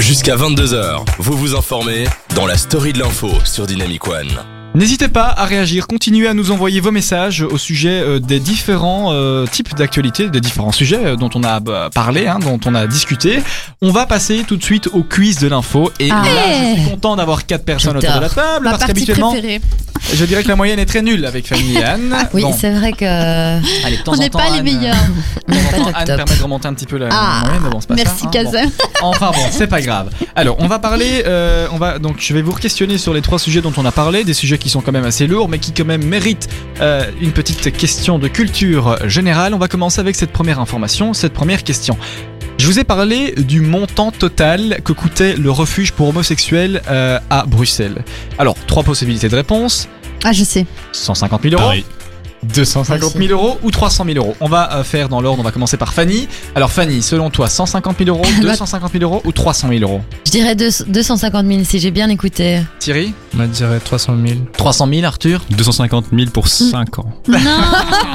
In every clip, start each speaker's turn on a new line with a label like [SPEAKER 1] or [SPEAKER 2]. [SPEAKER 1] Jusqu'à 22h, vous vous informez dans la story de l'info sur Dynamic One.
[SPEAKER 2] N'hésitez pas à réagir, continuez à nous envoyer vos messages au sujet euh, des différents euh, types d'actualités, des différents sujets euh, dont on a bah, parlé, hein, dont on a discuté. On va passer tout de suite au quiz de l'info et
[SPEAKER 3] Ah.
[SPEAKER 2] là, je suis
[SPEAKER 4] Hey.
[SPEAKER 2] content d'avoir quatre personnes autour de la
[SPEAKER 4] J'adore.
[SPEAKER 2] table
[SPEAKER 3] Ma
[SPEAKER 2] parce
[SPEAKER 3] partie
[SPEAKER 2] qu'habituellement,
[SPEAKER 3] préférée. Ah
[SPEAKER 2] je dirais que la moyenne est très nulle avec Famille et Anne.
[SPEAKER 4] Ah Oui,
[SPEAKER 2] Bon,
[SPEAKER 4] c'est vrai que.
[SPEAKER 2] allez, de temps
[SPEAKER 3] On
[SPEAKER 2] en
[SPEAKER 3] n'est
[SPEAKER 2] temps,
[SPEAKER 3] pas les
[SPEAKER 2] Anne,
[SPEAKER 3] meilleurs.
[SPEAKER 2] de temps en
[SPEAKER 4] Pas
[SPEAKER 2] temps,
[SPEAKER 4] top,
[SPEAKER 2] Anne
[SPEAKER 4] top.
[SPEAKER 2] permet de remonter un petit peu la
[SPEAKER 3] Ah.
[SPEAKER 2] moyenne, mais bon, c'est pas ça,
[SPEAKER 3] Merci
[SPEAKER 2] hein. Bon.
[SPEAKER 3] Kazem.
[SPEAKER 2] Enfin bon, c'est pas grave. Alors, on va parler. euh, on va donc, je vais vous questionner sur les trois sujets dont on a parlé, des sujets qui sont quand même assez lourds, mais qui quand même méritent euh, une petite question de culture générale. On va commencer avec cette première information, cette première question. Je vous ai parlé du montant total que coûtait le refuge pour homosexuels euh, à Bruxelles. Alors, trois possibilités de réponse
[SPEAKER 3] Ah, je sais.
[SPEAKER 2] 150 000 euros. 250 000 euros ou 300 000 euros. On va euh, faire dans l'ordre, on va commencer par Fanny. Alors Fanny, selon toi, 150 000 euros, 250 000 euros ou 300 000 euros
[SPEAKER 4] Je dirais deux- 250 000 si j'ai bien écouté.
[SPEAKER 2] Thierry
[SPEAKER 5] Moi, je dirais 300 000.
[SPEAKER 2] 300 000 Arthur
[SPEAKER 5] 250 000 pour 5 ans.
[SPEAKER 3] Non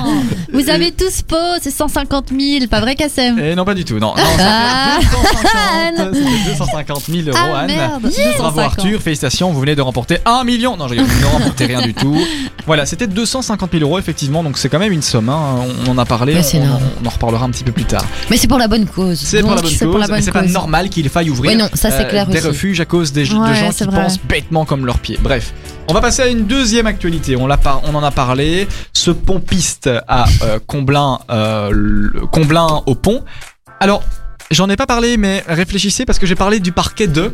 [SPEAKER 2] Euh,
[SPEAKER 3] Vous avez tous faux, c'est 150 000, pas vrai Kassem
[SPEAKER 2] Eh non pas du tout, non. non
[SPEAKER 4] Ah.
[SPEAKER 2] ça fait 250, c'était 250 000 euros
[SPEAKER 3] Ah
[SPEAKER 2] Anne.
[SPEAKER 3] merde
[SPEAKER 2] Euh, Bravo
[SPEAKER 3] 250.
[SPEAKER 2] Arthur, félicitations, vous venez de remporter 1 million. Non, je rigole, vous ne remportez rien du tout. Voilà, c'était 250 000 euros effectivement, donc c'est quand même une somme. hein. On, on en a parlé,
[SPEAKER 4] Ouais, c'est
[SPEAKER 2] on,
[SPEAKER 4] énorme.
[SPEAKER 2] on en reparlera un petit peu plus tard.
[SPEAKER 4] Mais c'est pour la bonne cause.
[SPEAKER 2] C'est pour la bonne
[SPEAKER 3] c'est pour la
[SPEAKER 2] cause,
[SPEAKER 3] bonne
[SPEAKER 2] mais c'est pas
[SPEAKER 3] cause.
[SPEAKER 2] normal qu'il faille ouvrir
[SPEAKER 4] Oui, non, ça c'est
[SPEAKER 2] euh,
[SPEAKER 4] clair
[SPEAKER 2] des
[SPEAKER 4] aussi.
[SPEAKER 2] refuges à cause des, de
[SPEAKER 3] Ouais,
[SPEAKER 2] gens qui
[SPEAKER 3] c'est vrai.
[SPEAKER 2] pensent bêtement comme leurs pieds. Bref, on va passer à une deuxième actualité. On, l'a par- on en a parlé. Ce pompiste à euh, Comblain, euh, le- Comblain au pont. Alors, j'en ai pas parlé, mais réfléchissez parce que j'ai parlé du parquet de.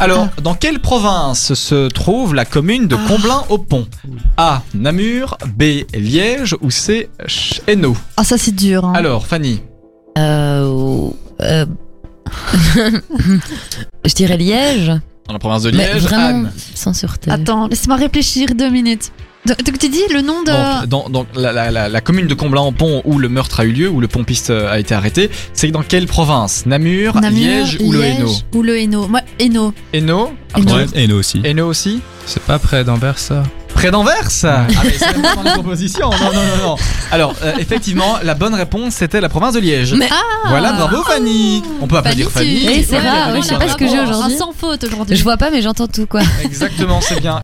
[SPEAKER 2] Alors, dans quelle province se trouve la commune de Comblain au pont A. Namur, B. Liège ou C. Ch- Hainaut.
[SPEAKER 3] Ah, ça c'est dur. hein.
[SPEAKER 2] Alors, Fanny.
[SPEAKER 4] Euh, euh, je dirais Liège.
[SPEAKER 2] Dans la province de
[SPEAKER 4] Mais
[SPEAKER 2] Liège,
[SPEAKER 4] vraiment,
[SPEAKER 2] Anne.
[SPEAKER 4] sans sûreté.
[SPEAKER 3] Attends, laisse-moi réfléchir deux minutes. Donc, donc tu dis le nom de.
[SPEAKER 2] Donc, dans, dans la, la- la- la commune de Comblain-en-Pont où le meurtre a eu lieu, où le pompiste euh, a été arrêté, c'est dans quelle province Namur,
[SPEAKER 3] Namur,
[SPEAKER 2] Liège ou le Hainaut Ah,
[SPEAKER 3] Ou le Hainaut. Moi, Hainaut.
[SPEAKER 2] Hainaut
[SPEAKER 3] Hainaut.
[SPEAKER 2] Arthur
[SPEAKER 5] et nous aussi.
[SPEAKER 2] Hainaut aussi
[SPEAKER 5] C'est pas près d'Ambert, ça
[SPEAKER 2] Près d'Anvers Ah mais c'est même pas dans les propositions, non, non, non, non. Alors, euh, effectivement, la bonne réponse, c'était la province de Liège.
[SPEAKER 4] Mais-
[SPEAKER 2] Voilà, bravo Fanny On peut applaudir
[SPEAKER 3] Fanny,
[SPEAKER 2] Fanny.
[SPEAKER 3] tu-
[SPEAKER 4] Eh, c'est
[SPEAKER 3] Ouais,
[SPEAKER 4] rare,
[SPEAKER 3] ouais,
[SPEAKER 4] je
[SPEAKER 3] ouais,
[SPEAKER 4] sais
[SPEAKER 3] ouais,
[SPEAKER 4] pas ce que j'ai
[SPEAKER 3] bravo,
[SPEAKER 4] aujourd'hui.
[SPEAKER 3] un Sans faute aujourd'hui.
[SPEAKER 4] Je vois pas, mais j'entends tout quoi.
[SPEAKER 2] Exactement, c'est bien.